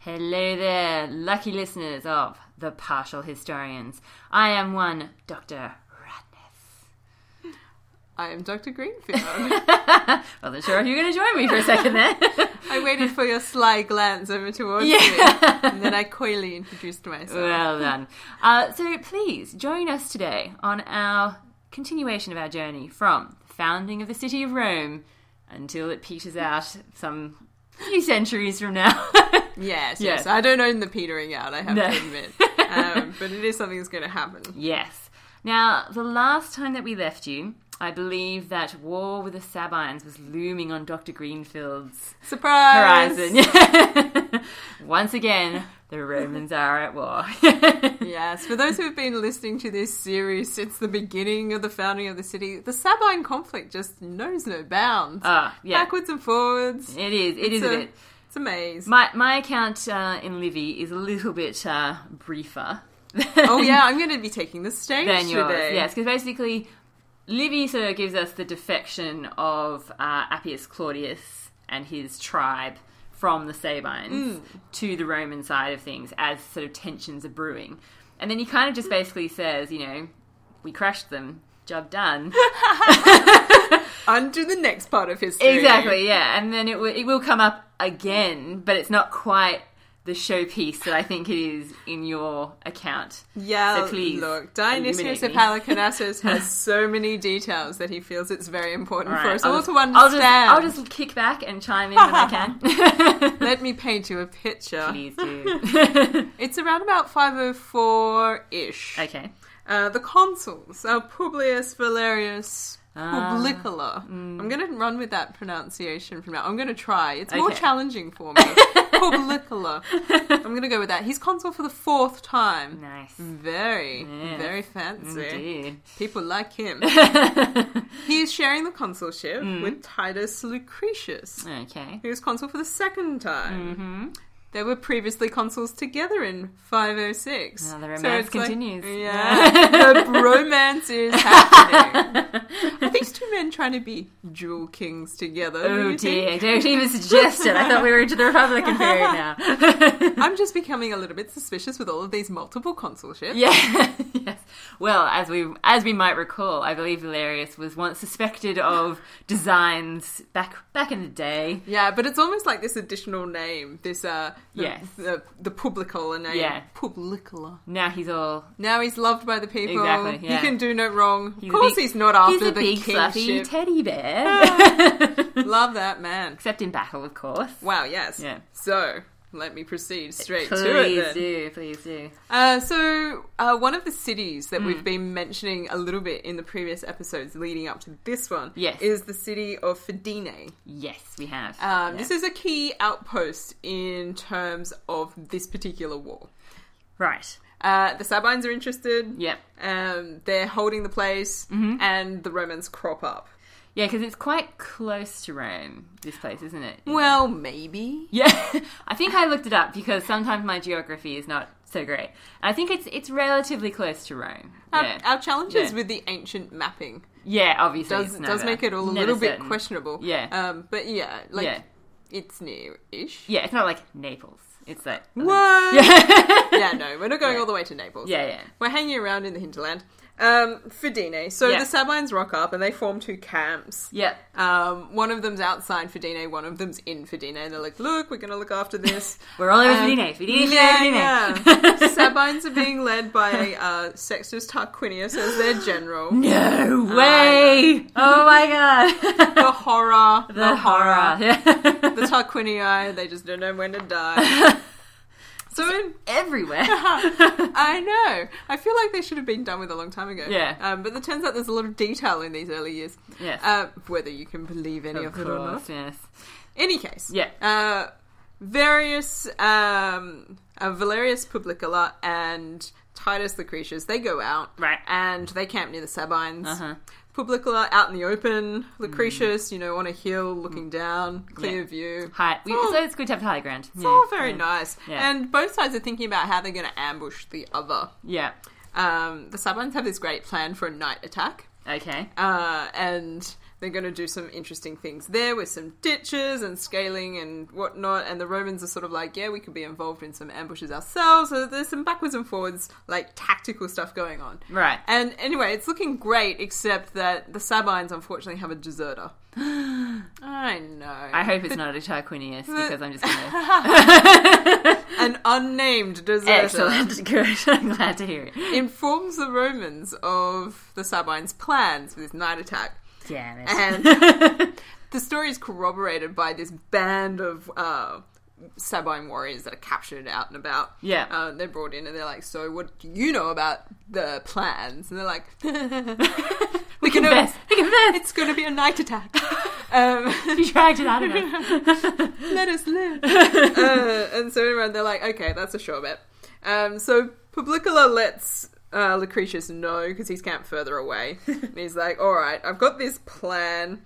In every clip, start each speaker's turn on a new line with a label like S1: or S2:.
S1: Hello there, lucky listeners of The Partial Historians. I am one Dr.
S2: I am Dr. Greenfield.
S1: Ratness. Wasn't sure if you were going to join me for a second there.
S2: I waited for your sly glance over towards
S1: Yeah.
S2: me, and then I coyly introduced myself.
S1: well done. Uh, so please join us today on our continuation of our journey from the founding of the city of Rome until it peters out some few centuries from now.
S2: yes, yes,
S1: Yes.
S2: I don't own the petering out, I have
S1: No.
S2: to admit. Um, but it is something that's going to happen.
S1: Yes. Now, the last time that we left you, I believe that war with the Sabines was looming on Dr. Greenfield's
S2: Surprise!
S1: horizon. Once again, the Romans are at war.
S2: Yes, for those who have been listening to this series since the beginning of the founding of the city, the Sabine conflict just knows no bounds.
S1: Ah, yeah.
S2: Backwards and forwards.
S1: It is. It is a
S2: So-
S1: bit.
S2: It's a maze.
S1: My my account uh, in Livy is a little bit uh, briefer.
S2: oh yeah, I'm going to be taking the stage
S1: than yours.
S2: today.
S1: Yes, because basically, Livy sort of gives us the defection of uh, Appius Claudius and his tribe from the
S2: Mm.
S1: Sabines to the Roman side of things as sort of tensions are brewing. And then he kind of just basically says, you know, we crashed them, job done.
S2: On to the next part of history.
S1: exactly, yeah. And then it, w- it will come up again, but it's not quite the showpiece that I think it is in your account.
S2: Yeah,
S1: So please,
S2: look,
S1: illuminate
S2: Dionysius of
S1: me.
S2: Halicarnassus has so many details that he feels it's very important for us all,
S1: I'll just-
S2: to understand.
S1: I'll just, I'll just kick back and chime in when I can.
S2: Let me paint you a picture.
S1: Please do.
S2: It's around about 504-ish.
S1: okay.
S2: Uh, the consuls are Publius Valerius
S1: Ah,
S2: Publicola.
S1: mm.
S2: I'm going to run with that pronunciation from now. I'm going to try. It's more
S1: Okay.
S2: challenging for me. Publicola. I'm going to go with that. He's consul for the fourth time.
S1: Nice. Oh,
S2: Very,
S1: Yes.
S2: very fancy.
S1: Indeed.
S2: People like him. he is sharing the consulship
S1: Mm.
S2: with Titus Lucretius,
S1: Okay.
S2: who is consul for the second time.
S1: hmm
S2: They were previously consuls together in 506.
S1: Now the romance
S2: it's like-
S1: continues.
S2: yeah, the romance is happening. Are these two men trying to be dual kings together? do
S1: Oh
S2: you think?
S1: dear, don't even suggest it. I thought we were into the Republican period now.
S2: I'm just becoming a little bit suspicious with all of these multiple consulships.
S1: yeah. yes. Well, as we as we might recall, I believe Valerius was once suspected of designs back back in the day.
S2: Yeah, but it's almost like this additional name, this uh, the,
S1: Yes.
S2: the, the publicola name,
S1: Yeah.
S2: publicola.
S1: Now he's all
S2: Now he's loved by the people.
S1: Exactly, yeah.
S2: He can do no wrong.
S1: He's a
S2: of course,
S1: big-
S2: he's not after
S1: he's a
S2: the
S1: big fluffy
S2: kingship.
S1: teddy
S2: Ah.
S1: bear.
S2: Love that man.
S1: Except in battle, of course.
S2: Wow. Yes.
S1: Yeah.
S2: So let me proceed straight
S1: please
S2: to it. Then.
S1: do, please do.
S2: Uh, so, uh, one of the cities that
S1: Hmm.
S2: we've been mentioning a little bit in the previous episodes leading up to this one
S1: Yes.
S2: is the city of Fidene.
S1: Yes, we have.
S2: Um,
S1: Yeah.
S2: This is a key outpost in terms of this particular war.
S1: right.
S2: Uh, the Sabines are interested.
S1: Yep.
S2: Um, they're holding the place,
S1: Mm-hmm.
S2: and the Romans crop up.
S1: Yeah, because it's quite close to Rome, this place, isn't it?
S2: Well, maybe.
S1: Yeah, I think I looked it up because sometimes my geography is not so great. I think it's it's relatively close to Rome.
S2: Our,
S1: Yeah,
S2: our challenges
S1: Yeah.
S2: with the ancient mapping
S1: yeah obviously.
S2: uh, does
S1: it's
S2: does
S1: never-
S2: make it all a
S1: never
S2: little bit
S1: certain.
S2: questionable.
S1: Yeah.
S2: Um, but yeah, like
S1: Yeah.
S2: it's near-ish.
S1: Yeah, it's not like Naples. It's like.
S2: What?
S1: Yeah.
S2: yeah, no, we're not going
S1: Yeah.
S2: all the way to Naples.
S1: yeah, yeah.
S2: We're hanging around in the hinterland. Um, Fidene. So
S1: Yeah.
S2: the Sabines rock up and they form two camps.
S1: Yeah.
S2: Um, one of them's outside Fidene, one of them's in Fidene. And they're like, look, we're going to look after this.
S1: We're all over
S2: Um,
S1: Fidene. Fidene,
S2: yeah,
S1: Fidene,
S2: yeah.
S1: Fidene.
S2: Sabines are being led by uh, Sextus Tarquinius as their general. Oh
S1: No way! Oh my god!
S2: The horror. The,
S1: the horror. Yeah.
S2: The Tarquinii, they just don't know when to die. so in
S1: Everywhere.
S2: I know. I feel like they should have been done with a long time ago.
S1: Yeah.
S2: Um, but it turns out there's a lot of detail in these early years.
S1: Yes.
S2: Uh, whether you can believe any
S1: of
S2: of, it or not.
S1: course, yes.
S2: Any case.
S1: Yeah.
S2: Uh, various um, uh, Valerius Publicola and Titus Lucretius they go out
S1: Right.
S2: and they camp near the Sabines.
S1: Uh-huh.
S2: Publicola out in the open. Lucretius, you know, on a hill looking down, clear
S1: Mm. Yeah.
S2: view.
S1: High. We,
S2: Oh.
S1: So it's good to have high ground.
S2: It's all very nice.
S1: Yeah.
S2: And both sides are thinking about how they're going to ambush the other.
S1: Yeah.
S2: Um, the Sabines have this great plan for a night attack,
S1: Okay.
S2: uh, and They're going to do some interesting things there with some ditches and scaling and whatnot. And the Romans are sort of like, yeah, we could be involved in some ambushes ourselves. So there's some backwards and forwards, like tactical stuff going on.
S1: Right.
S2: And anyway, it's looking great, except that the Sabines unfortunately have a deserter. I know.
S1: I hope it's not a Tarquinius because I'm just gonna
S2: An unnamed deserter.
S1: Excellent. Good. I'm glad to hear it.
S2: informs the Romans of the Sabines' plans for this night attack.
S1: Damn it.
S2: And the story is corroborated by this band of uh, Sabine warriors that are captured out and about.
S1: Yeah.
S2: Uh, they're brought in and they're like, So, what do you know about the plans? And they're like, We can
S1: Confess. Confess.
S2: It's going to be a night attack. um,
S1: You dragged it out of me.
S2: let us live. uh, and so everyone, they're like, okay, that's a sure bet. Um, so Publicola lets uh, Lucretius know because he's camped further away. and he's like, all right, I've got this plan.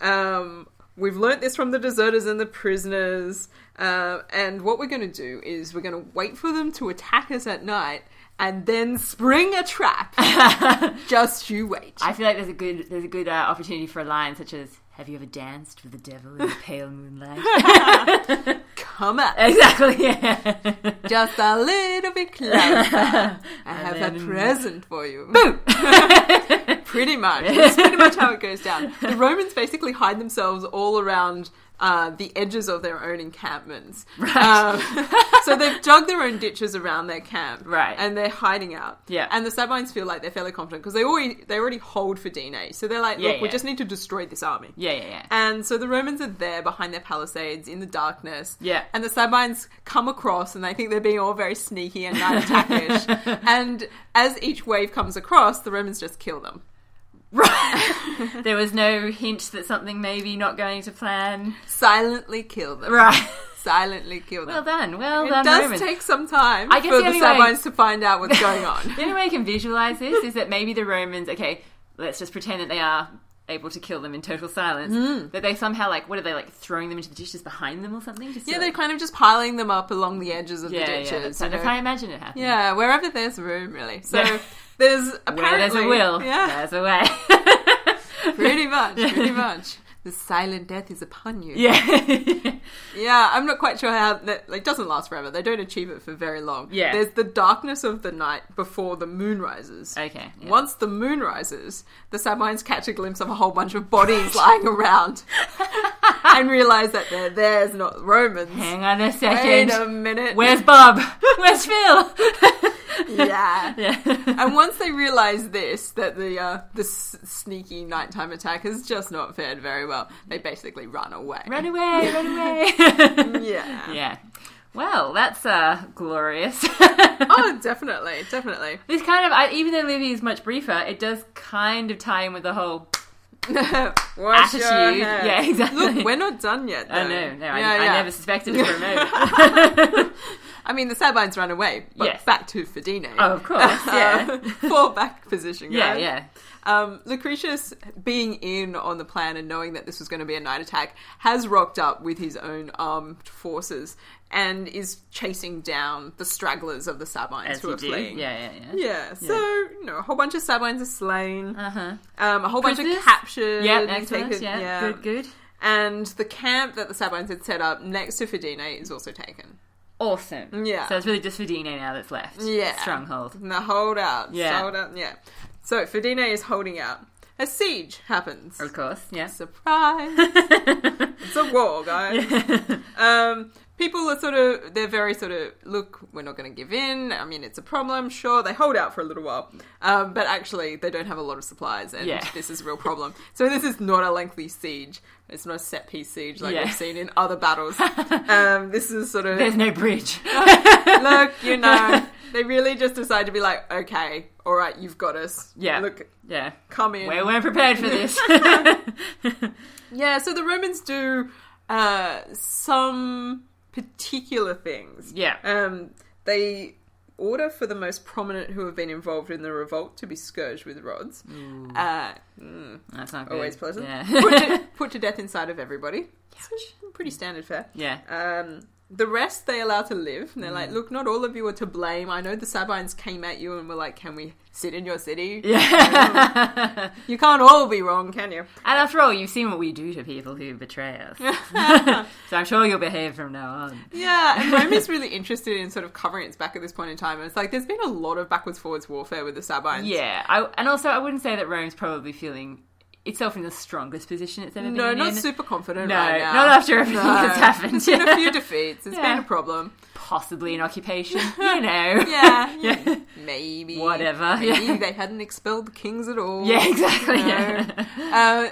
S2: Um, we've learnt this from the deserters and the prisoners. Uh, and what we're going to do is we're going to wait for them to attack us at night and then spring a trap. Just you wait.
S1: I feel like there's a good there's a good uh, opportunity for a line such as "Have you ever danced with the devil in the pale moonlight?"
S2: Come at
S1: exactly. Yeah.
S2: Just a little bit closer. I have a
S1: then-
S2: present for you. Boom! pretty much. That's pretty much how it goes down. The Romans basically hide themselves all around uh, the edges of their own encampments. Right. so they've dug their own ditches around their camp.
S1: Right.
S2: And they're hiding out.
S1: Yeah.
S2: And the Sabines feel like they're fairly confident because they already, they already hold for DNA. So they're like,
S1: Yeah,
S2: look, we
S1: yeah.
S2: just need to destroy this army.
S1: Yeah, yeah, yeah.
S2: And so the Romans are there behind their palisades in the darkness.
S1: Yeah.
S2: And the Sabines come across and they think they're being all very sneaky and night attackish. and as each wave comes across, the Romans just kill them.
S1: There was no hint that something maybe not going to plan.
S2: Silently kill them.
S1: Right.
S2: Silently kill
S1: Well
S2: them.
S1: done. Well
S2: it
S1: done,
S2: does
S1: Romans.
S2: take some time
S1: I guess
S2: for
S1: the
S2: the
S1: only way-
S2: Sabines to find out what's going on.
S1: the only way I can visualize this is that maybe the Romans, okay, let's just pretend that they are able to kill them in total silence.
S2: Hmm.
S1: That they somehow like, what are they like throwing them into the dishes behind them or something? Just to,
S2: yeah, they're
S1: like-
S2: kind of just piling them up along the edges of
S1: yeah,
S2: the
S1: yeah.
S2: ditches.
S1: That's,
S2: you know?
S1: that's how I imagine it happening.
S2: yeah, wherever there's room, really. So
S1: Yeah.
S2: there's
S1: Where
S2: apparently
S1: there's a will,
S2: Yeah.
S1: there's a way.
S2: Pretty much, pretty much. The silent death is upon you.
S1: yeah.
S2: Yeah, I'm not quite sure how that like doesn't last forever. They don't achieve it for very long.
S1: Yeah.
S2: There's the darkness of the night before the moon rises.
S1: okay. Uh, yeah.
S2: Once the moon rises, the Sabines catch a glimpse of a whole bunch of bodies lying around and realize that they're theirs, not Romans.
S1: Hang on a
S2: Wait
S1: second.
S2: a minute.
S1: Where's Bob? Where's Phil?
S2: yeah.
S1: yeah.
S2: And once they realize this, that the uh, the s- sneaky nighttime attack has just not fared very well, they basically run away.
S1: Run away, run away.
S2: Yeah.
S1: yeah. Well, that's uh, glorious.
S2: Oh, definitely, definitely.
S1: This kind of, I, even though Livy is much briefer, it does kind of tie in with the whole.
S2: Wash your
S1: Attitude.
S2: hands.
S1: Yeah, exactly.
S2: Look, we're not done yet. Though.
S1: Oh no, no, I,
S2: Yeah,
S1: I
S2: yeah.
S1: never suspected it for a moment.
S2: I mean, the Sabines ran away, but
S1: Yes.
S2: back to Fidine.
S1: oh, of course, yeah,
S2: Fall back position.
S1: yeah,
S2: guys.
S1: yeah.
S2: Um, Lucretius, being in on the plan and knowing that this was going to be a night attack, has rocked up with his own armed forces and is chasing down the stragglers of the Sabines
S1: As
S2: who
S1: you
S2: are
S1: do,
S2: fleeing.
S1: yeah, yeah, yeah.
S2: Yeah, so you know, a whole bunch of Sabines are slain.
S1: Uh huh.
S2: Um, a whole bunch
S1: Prisoners?
S2: of captured.
S1: Yeah,
S2: and
S1: excellent.
S2: taken-
S1: yeah. good, good,
S2: And the camp that the Sabines had set up next to Fidine is also taken.
S1: awesome.
S2: Yeah.
S1: So it's really just Fidine now that's left.
S2: Yeah.
S1: Stronghold.
S2: And the holdout.
S1: Yeah.
S2: Sold out. Yeah. So Fidine is holding out. A siege happens.
S1: Of course. Yeah.
S2: Surprise! it's a war, guys. Um, people are sort of, they're very sort of, look, we're not going to give in. I mean, it's a problem, sure. They hold out for a little while. Um, but actually, they don't have a lot of supplies, and
S1: Yeah.
S2: this is a real problem. So, this is not a lengthy siege. It's not a set piece siege like
S1: Yeah.
S2: we've seen in other battles. um, this is sort of,
S1: There's no bridge.
S2: look, you know, they really just decide to be like, okay, all right, you've got us.
S1: Yeah.
S2: Look,
S1: Yeah.
S2: come in.
S1: We weren't prepared for this.
S2: Yeah, so the Romans do uh, some particular things.
S1: Yeah.
S2: Um, they order for the most prominent who have been involved in the revolt to be scourged with rods. Uh, mm,
S1: That's not good.
S2: always pleasant.
S1: Yeah.
S2: put, to, put to death inside of everybody. Pretty standard fare.
S1: yeah.
S2: Um, The rest they allow to live. And they're like, look, not all of you are to blame. I know the Sabines came at you and were like, can we sit in your city?
S1: Yeah.
S2: You can't all be wrong, can you?
S1: And after all, you've seen what we do to people who betray us. so I'm sure you'll behave from now on.
S2: Yeah, and Rome is really interested in sort of covering its back at this point in time. And it's like, there's been a lot of backwards forwards warfare with the Sabines.
S1: Yeah. I, and also, I wouldn't say that Rome's probably feeling itself in the strongest position it's ever
S2: No,
S1: been
S2: not
S1: in.
S2: super confident
S1: No,
S2: right now.
S1: not after everything
S2: No.
S1: that's happened.
S2: There's been a few defeats. It's
S1: Yeah.
S2: been a problem.
S1: Possibly an occupation. You know.
S2: Yeah,
S1: Yeah.
S2: maybe
S1: Whatever,
S2: Maybe
S1: yeah.
S2: they hadn't expelled the kings at all.
S1: Yeah, exactly.
S2: No.
S1: Yeah.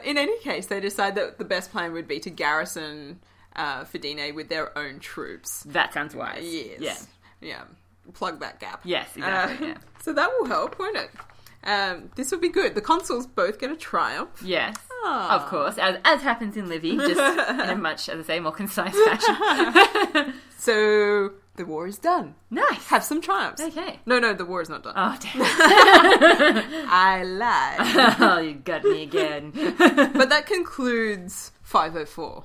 S2: Uh, in any case, they decide that the best plan would be to garrison uh, Fidene with their own troops.
S1: That sounds wise.
S2: Yes.
S1: Yeah.
S2: Yeah. Plug that gap.
S1: Yes, exactly.
S2: Uh,
S1: yeah.
S2: So that will help, won't it? Um, this will be good. The consuls both get a triumph.
S1: Yes.
S2: Ah.
S1: Of course, as, as happens in Livy, just in a much, as I say, more concise fashion.
S2: So the war is done.
S1: nice.
S2: Have some triumphs.
S1: Okay.
S2: No, no, the war is not done.
S1: Oh, damn.
S2: I lied.
S1: oh, you got me again.
S2: but that concludes 504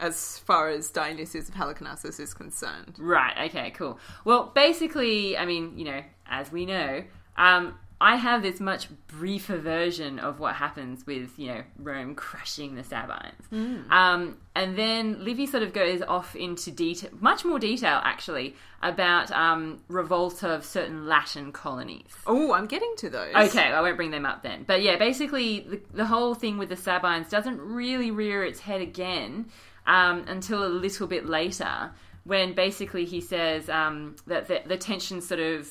S2: as far as Dionysius of Halicarnassus is concerned.
S1: Right. Okay. Cool. Well, basically, I mean, you know, as we know, um, I have this much briefer version of what happens with you know Rome crushing the Sabines, um, and then Livy sort of goes off into detail, much more detail actually, about um, revolt of certain Latin colonies.
S2: Oh, I'm getting to those.
S1: Okay, I won't bring them up then. But yeah, basically, the, the whole thing with the Sabines doesn't really rear its head again um, until a little bit later, when basically he says um, that the, the tensions sort of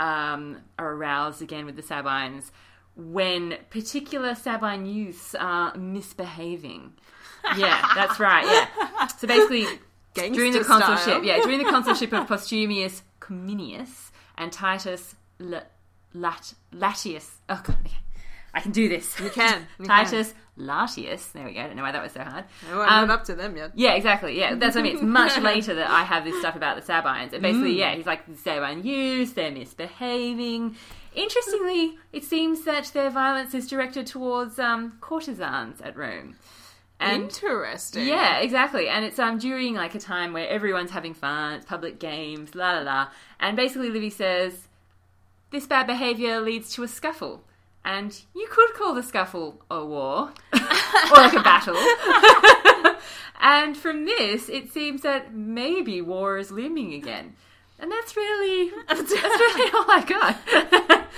S1: um, are aroused again with the Sabines when particular Sabine youths are misbehaving. Yeah, that's right. Yeah. So basically,
S2: Gangster
S1: during the
S2: style.
S1: consulship, yeah, during the consulship of Postumius Cominius and Titus L- Lat- Latius. Oh god, okay. I can do this. You
S2: can, you
S1: Titus Latius. There we go. I don't know why that was so hard.
S2: Oh, I'm
S1: Um,
S2: not up to them yet.
S1: yeah, exactly. Yeah, that's what I mean. It's much later that I have this stuff about the Sabines. And basically, yeah, he's like, the Sabine youths, they're misbehaving. Interestingly, it seems that their violence is directed towards um, courtesans at Rome. And
S2: Interesting.
S1: yeah, exactly. And it's um during like a time where everyone's having fun, it's public games, la la la. And basically Livy says this bad behavior leads to a scuffle. And you could call the scuffle a war or like a battle. and from this, it seems that maybe war is looming again. And that's really that's really all I got.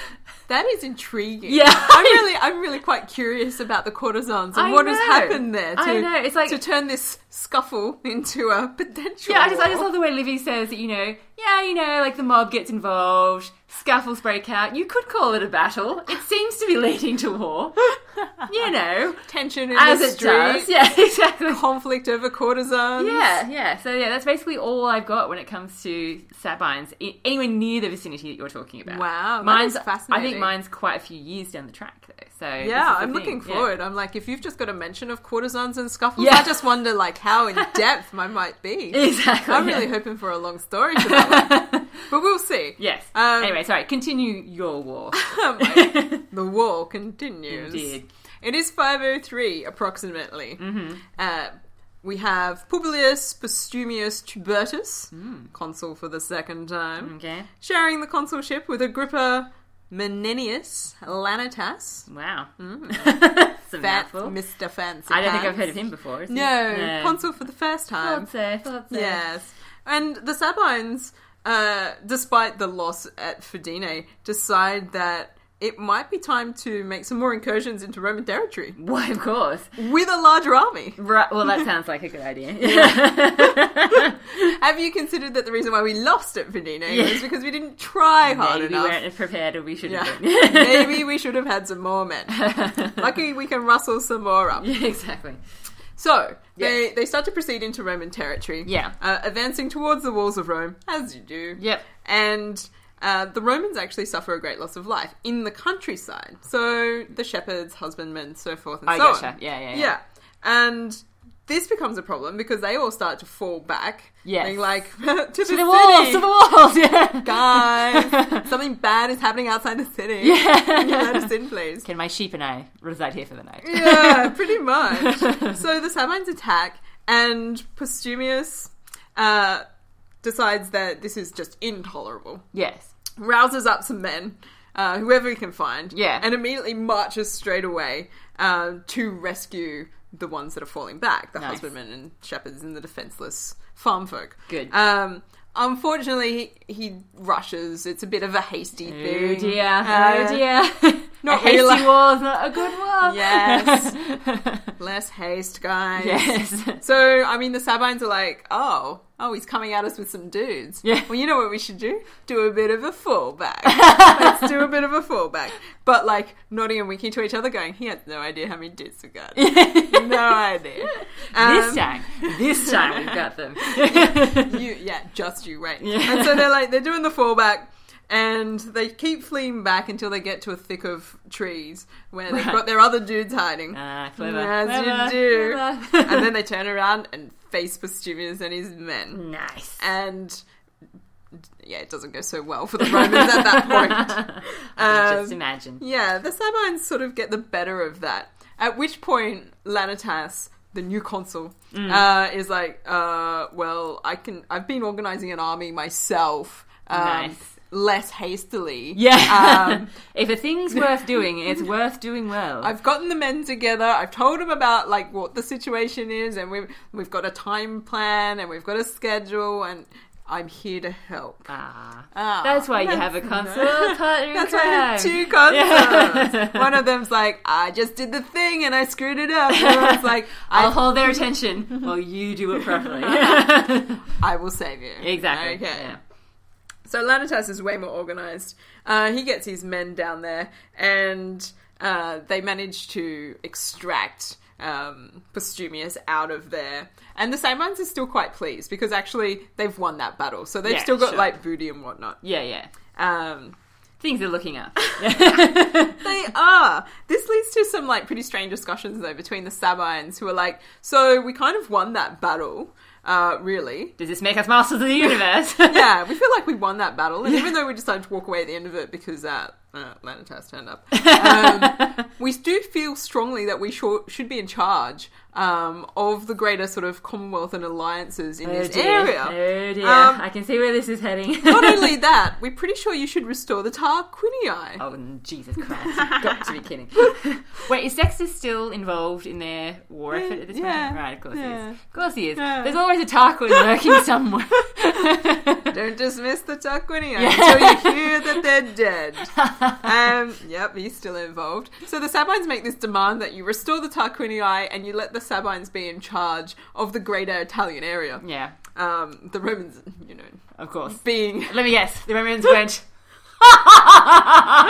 S2: That is intriguing.
S1: Yeah.
S2: I'm really I'm really quite curious about the courtesans and
S1: I
S2: what has
S1: know.
S2: happened there to,
S1: I know, it's like-
S2: to turn this scuffle into a potential.
S1: Yeah, I just, I just
S2: war.
S1: love the way Livy says that, you know, yeah, you know, like the mob gets involved, scuffles break out. You could call it a battle. It seems to be leading to war. You know,
S2: tension in
S1: as
S2: the
S1: it
S2: street,
S1: does. Yeah, exactly.
S2: conflict over courtesans.
S1: Yeah, yeah. So, yeah, that's basically all I've got when it comes to Sabines, i- anywhere near the vicinity that you're talking about.
S2: Wow, that is
S1: Mine's, I
S2: fascinating.
S1: think mine's quite a few years down the track, though. So, this is
S2: Yeah,
S1: the
S2: I'm
S1: thing.
S2: looking
S1: Yeah.
S2: forward. I'm like, if you've just got a mention of courtesans and scuffles,
S1: Yeah.
S2: I just wonder like how in depth mine might be.
S1: Exactly.
S2: I'm
S1: yeah.
S2: really hoping for a long story to that one. but we'll see.
S1: Yes.
S2: Um,
S1: anyway, sorry, continue your war.
S2: the war continues.
S1: Indeed. Mm-hmm.
S2: It is 503 approximately. Uh, we have Publius Postumius Tubertus,
S1: Mm.
S2: consul for the second time,
S1: Okay.
S2: sharing the consulship with Agrippa Menenius Lanitas.
S1: Wow. Some
S2: Mm. Fat
S1: mouthful.
S2: Mr. Fancy.
S1: I don't think I've
S2: Pants.
S1: heard of him before. is he?
S2: No, consul for the first time.
S1: Thought so, thought so.
S2: Yes. And the Sabines, uh, despite the loss at Fidene, decide that it might be time to make some more incursions into Roman territory
S1: Why, of course.
S2: with a larger army.
S1: Right. Well, that sounds like a good idea.
S2: Have you considered that the reason why we lost at Fidene
S1: Yeah.
S2: was because we didn't try hard
S1: Maybe we
S2: enough?
S1: weren't as prepared as we should
S2: Yeah.
S1: have been.
S2: Maybe we should have had some more men. Lucky we can rustle some more up.
S1: yeah, exactly.
S2: So they, they start to proceed into Roman territory.
S1: Yeah.
S2: Uh, advancing towards the walls of Rome, as you do.
S1: Yep.
S2: And uh, the Romans actually suffer a great loss of life in the countryside. So the shepherds, husbandmen, so forth and
S1: I
S2: so
S1: gotcha.
S2: on.
S1: Yeah, yeah, yeah.
S2: And this becomes a problem because they all start to fall back.
S1: Yes.
S2: Being like, to the,
S1: To the walls,
S2: city,
S1: to the walls. Yeah.
S2: guys. Something bad is happening outside the city. Can you let us in, please?
S1: Can my sheep and I reside here for the night?
S2: yeah, pretty much. So the Sabines attack, and Postumius uh, decides that this is just intolerable.
S1: Yes.
S2: Rouses up some men, uh, whoever he can find,
S1: Yeah.
S2: and immediately marches straight away uh, to rescue the ones that are falling back the
S1: Nice.
S2: husbandmen and shepherds and the defenseless farm folk.
S1: Good.
S2: Um, unfortunately, he, he rushes. It's a bit of a hasty
S1: Oh
S2: thing.
S1: dear.
S2: Uh,
S1: oh dear.
S2: not
S1: a hasty
S2: reali-
S1: war is not a good war.
S2: Yes. Less haste, guys.
S1: yes.
S2: So, I mean, the Sabines are like, oh, oh, he's coming at us with some dudes.
S1: Yeah.
S2: Well, you know what we should do? Do a bit of a fallback. Let's do a bit of a fallback. But, like, nodding and winking to each other, going, he has no idea how many dudes we got. no idea.
S1: this
S2: Um,
S1: time. This time we've got them.
S2: you, yeah, just you, right?
S1: Yeah.
S2: And so they're like, they're doing the fallback, and they keep fleeing back until they get to a thick of trees where they've
S1: Right.
S2: got their other dudes hiding.
S1: Ah, clever.
S2: As you
S1: Clever,
S2: do.
S1: clever.
S2: and then they turn around and face Postumius and his men.
S1: nice.
S2: And yeah, it doesn't go so well for the Romans at that point.
S1: I can
S2: um,
S1: just imagine.
S2: Yeah, the Sabines sort of get the better of that. At which point, Lanitas, the new consul,
S1: Mm.
S2: uh, is like, uh, "Well, I can. I've been organizing an army myself, um,
S1: Nice.
S2: less hastily.
S1: Yeah.
S2: Um,
S1: if a thing's worth doing, it's worth doing well.
S2: I've gotten the men together. I've told them about like what the situation is, and we've we've got a time plan, and we've got a schedule, and I'm here to help.
S1: Ah.
S2: Ah,
S1: That's why you have a console partner in
S2: That's why I
S1: crime.
S2: have two consoles. One of them's like, I just did the thing and I screwed it up. The other one's like,
S1: I'll
S2: I,
S1: hold their attention while you do it properly.
S2: I will save you.
S1: exactly.
S2: Okay.
S1: Yeah.
S2: So Lanitas is way more organized. Uh, he gets his men down there, and uh, they manage to extract um, Postumius out of there. And the Samans are still quite pleased because actually they've won that battle, so they've
S1: Yeah,
S2: still got
S1: sure.
S2: like booty and whatnot.
S1: Yeah, yeah.
S2: Um,
S1: Things are looking up.
S2: they are. This leads to some like pretty strange discussions though between the Sabines, who are like, "So we kind of won that battle, uh, really."
S1: Does this make us masters of the universe?
S2: yeah, we feel like we won that battle, and even though we decided to walk away at the end of it because uh, uh, Lanitas turned up, um, we do feel strongly that we sho- should be in charge um, of the greater sort of Commonwealth and alliances in
S1: Oh
S2: this
S1: dear.
S2: area.
S1: Oh dear.
S2: Um,
S1: I can see where this is heading.
S2: Not only that, we're pretty sure you should restore the Tarquinii.
S1: Oh Jesus Christ! You've got to be kidding. Wait, is Dexter still involved in their war effort at this
S2: Yeah.
S1: point? Right, of course
S2: Yeah.
S1: he is. Of course he is.
S2: Yeah.
S1: There's always a Tarquin lurking somewhere.
S2: Don't dismiss the Tarquinii until you hear that they're dead. Um, yep, he's still involved. So the Sabines make this demand that you restore the Tarquinii and you let the Sabines be in charge of the greater Italian area.
S1: yeah,
S2: Um, the Romans, you know,
S1: of course.
S2: being
S1: Let me guess. The Romans went.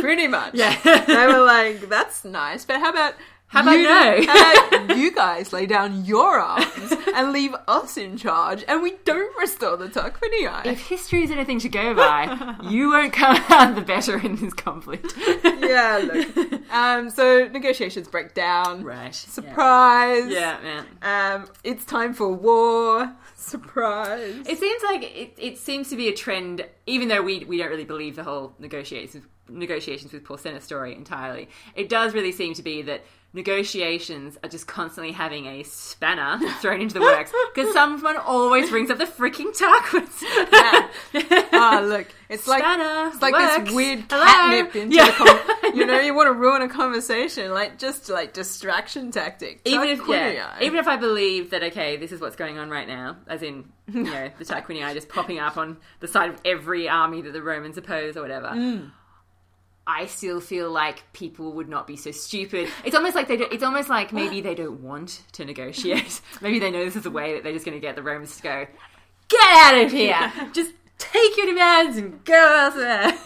S2: pretty much.
S1: Yeah.
S2: they were like, that's nice, but how about. How
S1: about
S2: you,
S1: no?
S2: how about you guys lay down your arms and leave us in charge, and we don't restore the Tarquinii.
S1: If history is anything to go by, you won't come out the better in this conflict.
S2: yeah, look. Um, so negotiations break down.
S1: Right.
S2: Surprise.
S1: Yeah, man.
S2: Um, it's time for war. Surprise.
S1: It seems like it, it seems to be a trend, even though we we don't really believe the whole negotiations negotiations with Porcena story entirely. It does really seem to be that negotiations are just constantly having a spanner thrown into the works because someone always brings up the freaking Tarquins.
S2: Ah, look. It's like
S1: spanner.
S2: it's like
S1: works.
S2: this weird
S1: Hello?
S2: catnip into
S1: Yeah.
S2: the con- you know, you want to ruin a conversation, like just like distraction tactic.
S1: even if
S2: Tarquinii.
S1: yeah, even if I believe that okay, this is what's going on right now, as in you know the Tarquinii just popping up on the side of every army that the Romans oppose or whatever.
S2: Mm.
S1: I still feel like people would not be so stupid. It's almost like they. Don't, it's almost like maybe they don't want to negotiate. maybe they know this is the way that they're just going to get the Romans to go. Get out of here! just take your demands and go elsewhere.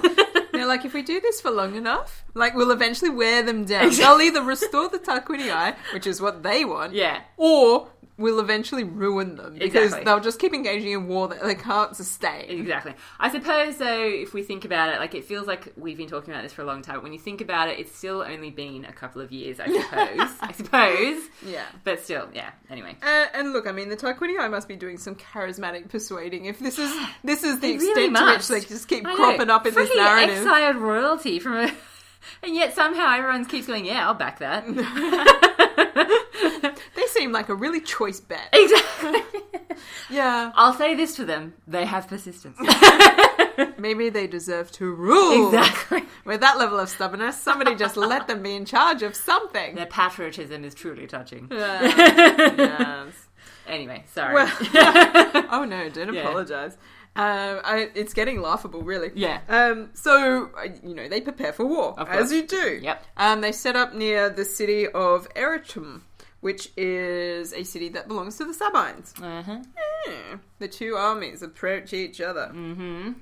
S2: They're like, if we do this for long enough, like we'll eventually wear them down. They'll either restore the Tarquinii, which is what they want,
S1: yeah.
S2: or will eventually ruin them because
S1: Exactly.
S2: they'll just keep engaging in war that they can't sustain.
S1: Exactly. I suppose though, if we think about it, like it feels like we've been talking about this for a long time. When you think about it, it's still only been a couple of years, I suppose. I suppose.
S2: Yeah.
S1: But still, yeah. Anyway.
S2: Uh, and look, I mean, the Tarquinii must be doing some charismatic persuading. If this is this is the
S1: They
S2: extent
S1: really
S2: to which
S1: must.
S2: they just keep
S1: I know.
S2: cropping up in this
S1: Freaking
S2: narrative,
S1: Exiled royalty from a and yet somehow everyone keeps going, Yeah, I'll back that.
S2: they seem seem like a really choice bet.
S1: Exactly.
S2: Yeah.
S1: I'll say this for them: they have persistence.
S2: Maybe they deserve to rule.
S1: exactly.
S2: With that level of stubbornness, somebody just let them be in charge of something.
S1: Their patriotism is truly touching.
S2: Yeah. yes.
S1: Anyway, sorry.
S2: Well, oh no, don't
S1: Yeah.
S2: apologize. Um, I, it's getting laughable, really.
S1: Yeah.
S2: Um, so, uh, you know, they prepare for war,
S1: Of course.
S2: as you do.
S1: Yep.
S2: Um, they set up near the city of Eritum, which is a city that belongs to the Sabines.
S1: uh-huh.
S2: Hmm. The two armies approach each other.
S1: Mm-hmm.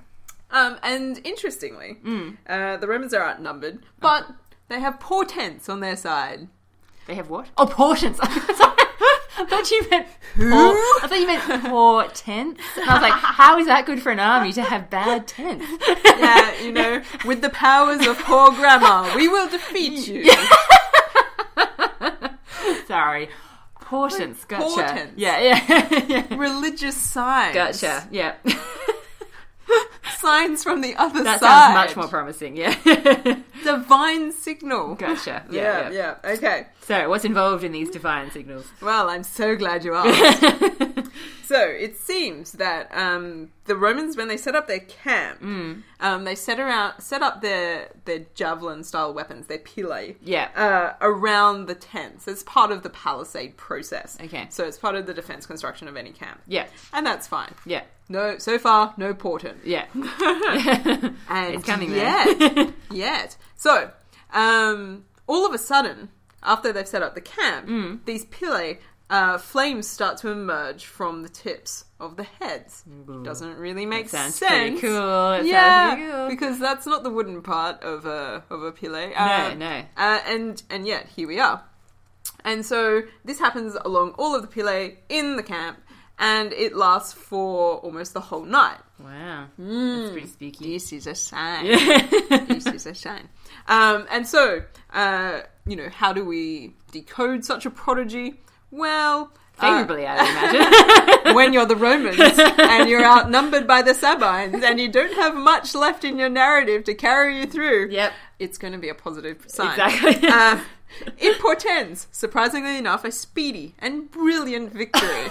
S2: Um, and interestingly,
S1: Mm.
S2: uh, the Romans are outnumbered, but they have portents on their side.
S1: They have what? Oh, portents. Sorry. I thought you meant
S2: Who?
S1: por- I thought you meant poor tents. And I was like, how is that good for an army to have bad tents?
S2: yeah, you know, with the powers of poor grammar, we will defeat you.
S1: Sorry. Portents. Gotcha.
S2: portents.
S1: Yeah, yeah. yeah.
S2: Religious signs.
S1: Gotcha. Yeah.
S2: Signs from the other
S1: That
S2: side.
S1: sounds much more promising. Yeah.
S2: divine signal.
S1: gotcha. Yeah, yeah.
S2: Yeah, yeah, Okay.
S1: So, what's involved in these divine signals?
S2: Well, I'm so glad you asked. so it seems that um, the Romans, when they set up their camp,
S1: Hmm.
S2: um, they set around set up their their javelin style weapons, their pilae.
S1: yeah.
S2: uh, around the tents. It's part of the palisade process.
S1: Okay.
S2: So it's part of the defense construction of any camp.
S1: Yeah.
S2: And that's fine.
S1: Yeah.
S2: No, so far, no portent.
S1: Yeah.
S2: And
S1: it's coming
S2: yet,
S1: there.
S2: yet. So, um, all of a sudden, after they've set up the camp,
S1: Hmm.
S2: these pilae, uh, flames start to emerge from the tips of the heads. Doesn't really make
S1: Hmm. sounds
S2: sense.
S1: pretty cool. It
S2: yeah,
S1: sounds pretty cool.
S2: because that's not the wooden part of a of a pilae.
S1: No,
S2: Uh,
S1: no.
S2: uh, and and yet here we are. And so this happens along all of the pilae in the camp, and it lasts for almost the whole night.
S1: Wow. That's
S2: Hmm.
S1: pretty spooky.
S2: This is a sign.
S1: Yeah.
S2: this is a sign. Um, and so, uh, you know, how do we decode such a prodigy? Well, uh,
S1: Favorably, I would imagine.
S2: when you're the Romans and you're outnumbered by the Sabines and you don't have much left in your narrative to carry you through,
S1: Yep.
S2: it's going to be a positive sign.
S1: Exactly.
S2: Uh, it portends, surprisingly enough, a speedy and brilliant victory.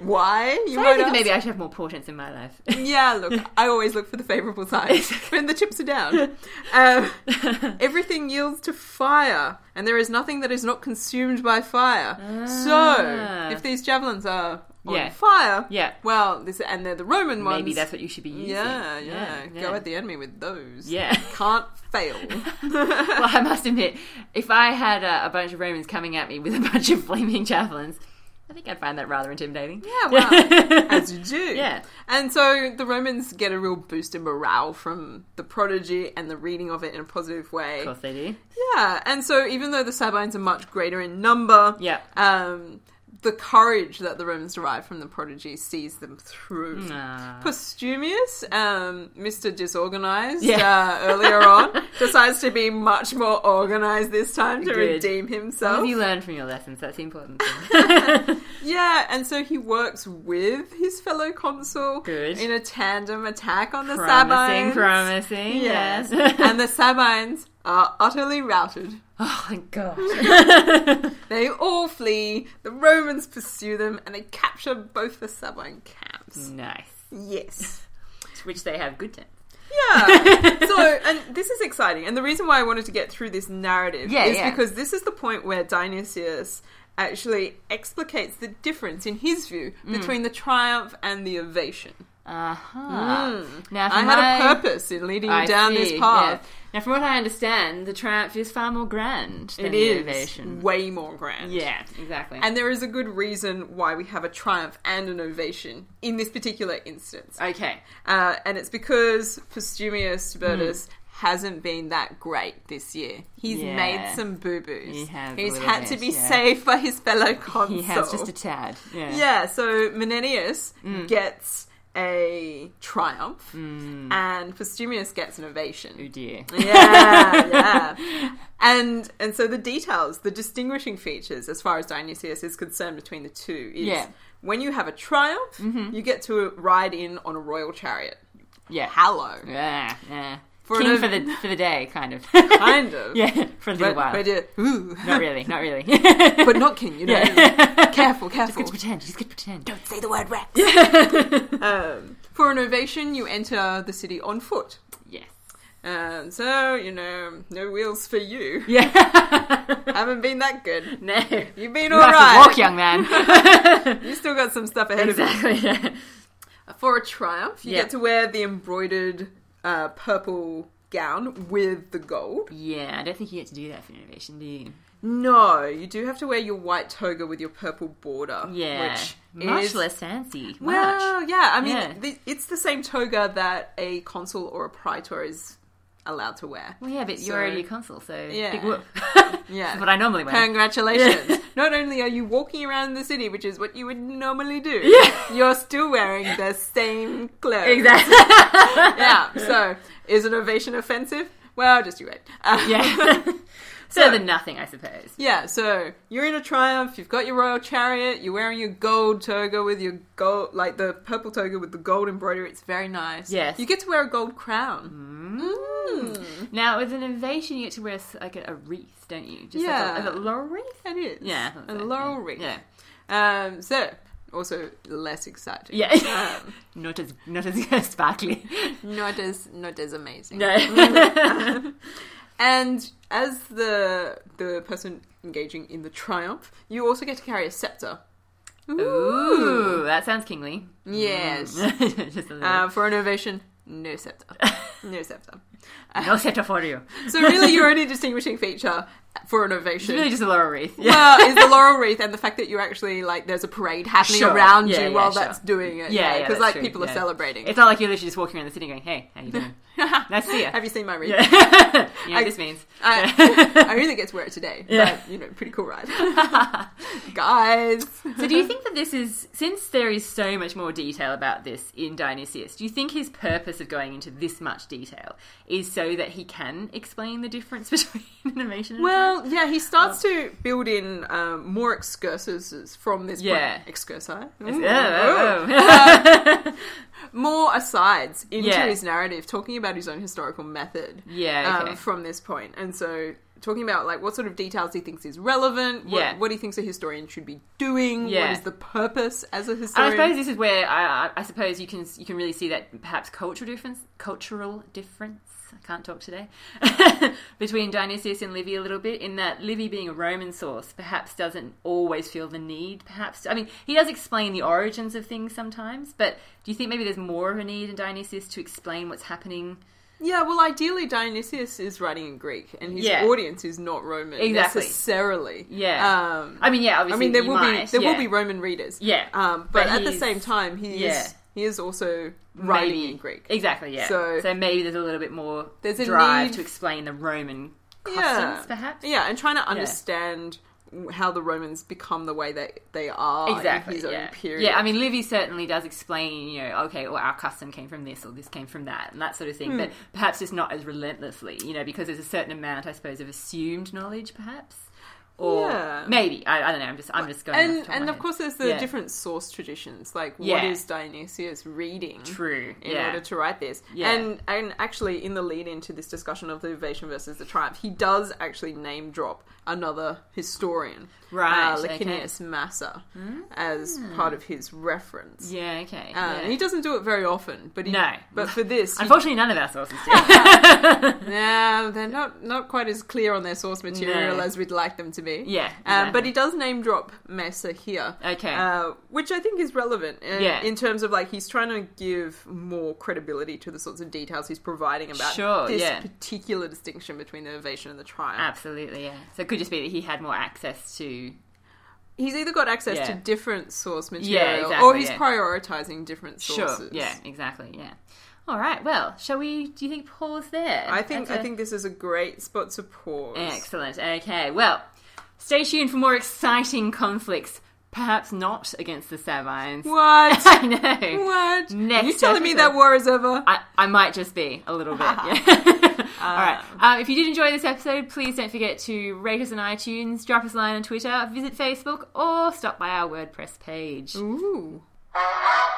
S2: Why? You
S1: I
S2: might
S1: think
S2: ask.
S1: maybe I should have more portents in my life.
S2: Yeah, look, I always look for the favourable signs when the chips are down. Um, everything yields to fire, and there is nothing that is not consumed by fire.
S1: Ah.
S2: So, if these javelins are on
S1: Yeah.
S2: fire,
S1: yeah.
S2: well, this and they're the Roman ones.
S1: Maybe that's what you should be using.
S2: yeah, yeah, Go at the enemy with those.
S1: Yeah.
S2: Can't fail.
S1: well, I must admit, if I had uh, a bunch of Romans coming at me with a bunch of flaming javelins, I think I'd find that rather intimidating.
S2: Yeah, well, as you do.
S1: Yeah.
S2: And so the Romans get a real boost in morale from the prodigy and the reading of it in a positive way.
S1: Of course they do.
S2: Yeah, and so even though the Sabines are much greater in number,
S1: Yeah.
S2: um, the courage that the Romans derive from the prodigy sees them through.
S1: Ah.
S2: Postumius, um, Mr. Disorganized,
S1: Yeah.
S2: uh, earlier on, decides to be much more organized this time to
S1: Good.
S2: redeem
S1: What
S2: himself.
S1: have you learned from your lessons? That's the important thing.
S2: Yeah, and so he works with his fellow consul
S1: Good.
S2: in a tandem attack on the
S1: promising,
S2: Sabines.
S1: promising.
S2: Yes.
S1: yes.
S2: and the Sabines are utterly routed.
S1: oh, thank God.
S2: They all flee, the Romans pursue them, and they capture both the Sabine camps.
S1: nice.
S2: Yes.
S1: To which they have good tents.
S2: Yeah. so, and this is exciting. And the reason why I wanted to get through this narrative
S1: Yeah,
S2: is
S1: yeah.
S2: because this is the point where Dionysius actually explicates the difference, in his view,
S1: Mm.
S2: between the triumph and the ovation.
S1: Uh huh.
S2: Mm.
S1: Now,
S2: I
S1: for
S2: had
S1: my-
S2: a purpose in leading you
S1: Uh-huh. I
S2: down
S1: see,
S2: this path.
S1: yeah. Now, from what I understand, the triumph is far more grand than
S2: It
S1: the
S2: is
S1: ovation.
S2: way more grand.
S1: Yeah, exactly.
S2: And there is a good reason why we have a triumph and an ovation in this particular instance.
S1: okay.
S2: Uh, and it's because Postumius Tibertus hasn't been that great this year. He's
S1: Hmm. Yeah.
S2: made some boo boos.
S1: He has a
S2: He's
S1: little
S2: had to
S1: bit,
S2: be
S1: yeah.
S2: saved by his fellow consul.
S1: He has just a Hmm. tad. Yeah.
S2: yeah, so Menenius gets a triumph
S1: Hmm.
S2: and Postumius gets an ovation.
S1: Oh dear.
S2: yeah, yeah. And and so the details, the distinguishing features, as far as Dionysius is concerned between the two, is
S1: Yeah. Mm-hmm. Hmm.
S2: when you have a triumph, you get to ride in on a royal chariot.
S1: Yeah. Ah,
S2: Hallow.
S1: Yeah. Yeah.
S2: For
S1: king
S2: an-
S1: for the for the day, kind of.
S2: kind of.
S1: yeah, for a little
S2: But,
S1: while.
S2: but, yeah, ooh.
S1: Not really, not really.
S2: but not king, you know. Careful,
S1: Just
S2: careful.
S1: good to pretend. Just good to pretend.
S2: Don't say the word Rex. um, for an ovation, you enter the city on foot.
S1: Yes.
S2: Um, so, you know, no wheels for you.
S1: Yeah.
S2: Haven't been that good.
S1: no. You
S2: You've been
S1: have to
S2: alright.
S1: walk, young man.
S2: You still got some stuff ahead
S1: exactly. Yeah.
S2: of you. For a triumph, you
S1: Yeah.
S2: get to wear the embroidered uh, purple gown with the gold.
S1: yeah, I don't think you get to do that for innovation, do you?
S2: No, you do have to wear your white toga with your purple border.
S1: Yeah.
S2: Which
S1: much
S2: is,
S1: less fancy. much.
S2: Well, yeah, I mean,
S1: Yeah.
S2: The, it's the same toga that a consul or a praetor is allowed to wear.
S1: Well, yeah, but
S2: So-
S1: you're already a consul, so
S2: Yeah.
S1: big whoop.
S2: Yeah.
S1: That's what I normally wear.
S2: Congratulations.
S1: Yeah.
S2: Not only are you walking around the city, which is what you would normally do, you're still wearing the same clothes.
S1: Exactly.
S2: Yeah. So, is an ovation offensive? Well, just you wait. Uh,
S1: yeah. so,
S2: So-
S1: than nothing, I suppose.
S2: Yeah, so you're in a triumph, you've got your royal chariot, you're wearing your gold toga with your gold, like the purple toga with the gold embroidery. It's very nice.
S1: Yes.
S2: You get to wear a gold crown. Mm.
S1: Now, with an ovation, you get to wear s- like a, a wreath, don't you? Just
S2: Yeah.
S1: Like a, a laurel wreath?
S2: It is.
S1: Yeah, I thought
S2: A
S1: so,
S2: laurel
S1: yeah.
S2: wreath.
S1: Yeah.
S2: Um, so, also less exciting.
S1: Yeah. not as not as sparkly.
S2: Not as, not as amazing.
S1: No.
S2: And as the the person engaging in the triumph, you also get to carry a scepter.
S1: Ooh, that sounds kingly.
S2: Yes.
S1: Just a little.
S2: Uh, for an ovation, no scepter. No scepter.
S1: no scepter for you.
S2: So really, your only distinguishing feature for an
S1: It's
S2: ovation.
S1: really just a laurel wreath.
S2: Well, is the laurel wreath and the fact that you're actually like there's a parade happening
S1: Sure.
S2: around
S1: Yeah,
S2: you
S1: yeah,
S2: while
S1: sure.
S2: that's doing it.
S1: Yeah, yeah,
S2: because
S1: that's
S2: like
S1: true.
S2: people are
S1: Yeah.
S2: celebrating.
S1: It's not like you're literally just walking around the city going, "Hey, how you doing? nice to see you."
S2: Have you seen my wreath?
S1: Yeah, you know
S2: I-
S1: what this means.
S2: I, oh, I really get to wear it today.
S1: Yeah.
S2: But, you know, pretty cool ride. Guys.
S1: So, do you think that this is since there is so much more detail about this in Dionysius? Do you think his purpose of going into this much detail is so that he can explain the difference between innovation? And
S2: Well, yeah, he starts to build in um, more excursuses from this
S1: Yeah.
S2: point. Excursi?
S1: Oh,
S2: Ooh.
S1: oh,
S2: Ooh.
S1: oh.
S2: More asides into
S1: Yeah.
S2: his narrative, talking about his own historical method.
S1: yeah. Okay.
S2: um, from this point. And so talking about like what sort of details he thinks is relevant,
S1: Yeah.
S2: what, what he thinks a historian should be doing,
S1: Yeah.
S2: what is the purpose as a
S1: and I
S2: historian.
S1: suppose this is where I, I- I suppose you can you can really see that perhaps cultural difference, cultural difference. I can't talk today between Dionysius and Livy a little bit. In that Livy, being a Roman source, perhaps doesn't always feel the need. Perhaps I mean he does explain the origins of things sometimes, but do you think maybe there's more of a need in Dionysius to explain what's happening?
S2: yeah, well, ideally Dionysius is writing in Greek, and his
S1: Yeah.
S2: audience is not Roman
S1: Exactly.
S2: necessarily.
S1: Yeah.
S2: um,
S1: I mean, yeah,
S2: I
S1: obviously
S2: mean there
S1: you
S2: will be
S1: might,
S2: there
S1: yeah.
S2: will be Roman readers.
S1: Yeah.
S2: um,
S1: But
S2: but, at the
S1: he's-
S2: same time, he
S1: yeah.
S2: is he is also writing
S1: Maybe.
S2: in Greek.
S1: Exactly, yeah. So,
S2: So-
S1: maybe there's a little bit more
S2: There's a
S1: drive
S2: need-
S1: to explain the Roman customs,
S2: yeah,
S1: perhaps.
S2: Yeah, and trying to understand how the Romans become the way that they are
S1: Exactly.
S2: in his
S1: yeah.
S2: own period.
S1: yeah, I mean, Livy certainly does explain, you know, okay, well, our custom came from this or this came from that and that sort of thing,
S2: Hmm.
S1: but perhaps just not as relentlessly, you know, because there's a certain amount, I suppose, of assumed knowledge, perhaps, or
S2: Yeah.
S1: maybe I, I don't know. I'm just I'm just going off the
S2: and
S1: top my
S2: and of
S1: head.
S2: course there's the
S1: Yeah.
S2: different source traditions like
S1: Yeah.
S2: what is dionysius reading
S1: true,
S2: in
S1: yeah,
S2: order to write this
S1: Yeah.
S2: and and actually in the lead into this discussion of the ovation versus the triumph he does actually name drop another historian
S1: Right,
S2: uh,
S1: okay.
S2: licinius massa as part of his reference
S1: yeah, okay.
S2: Uh,
S1: yeah.
S2: and he doesn't do it very often but he,
S1: No.
S2: but for this he-
S1: Unfortunately, none of our sources do.
S2: nah, they're not not quite as clear on their source material
S1: No.
S2: as we'd like them to be
S1: yeah,
S2: um, but
S1: exactly.
S2: he does name drop Massa here,
S1: Okay.
S2: uh, which I think is relevant uh,
S1: Yeah.
S2: in terms of like he's trying to give more credibility to the sorts of details he's providing about
S1: Sure,
S2: this
S1: yeah.
S2: particular distinction between the ovation and the triumph.
S1: absolutely, yeah. So it could just be that he had more access to
S2: He's either got access
S1: Yeah.
S2: to different source material, or
S1: exactly,
S2: he's
S1: yeah.
S2: prioritizing different sources.
S1: Sure. Yeah. Exactly. Yeah. All right. Well, shall we? Do you think pause there?
S2: I think
S1: That's
S2: I
S1: a-
S2: think this is a great spot to pause.
S1: Excellent. Okay. Well, stay tuned for more exciting conflicts. Perhaps not against the Sabines.
S2: What?
S1: I know.
S2: what?
S1: Next
S2: you telling me
S1: episode.
S2: that war is over?
S1: I, I might just be a little bit.
S2: Uh.
S1: Yeah. All right. Um, if you did enjoy this episode, please don't forget to rate us on iTunes, drop us a line on Twitter, visit Facebook, or stop by our WordPress page.
S2: Ooh.
S3: Thank you.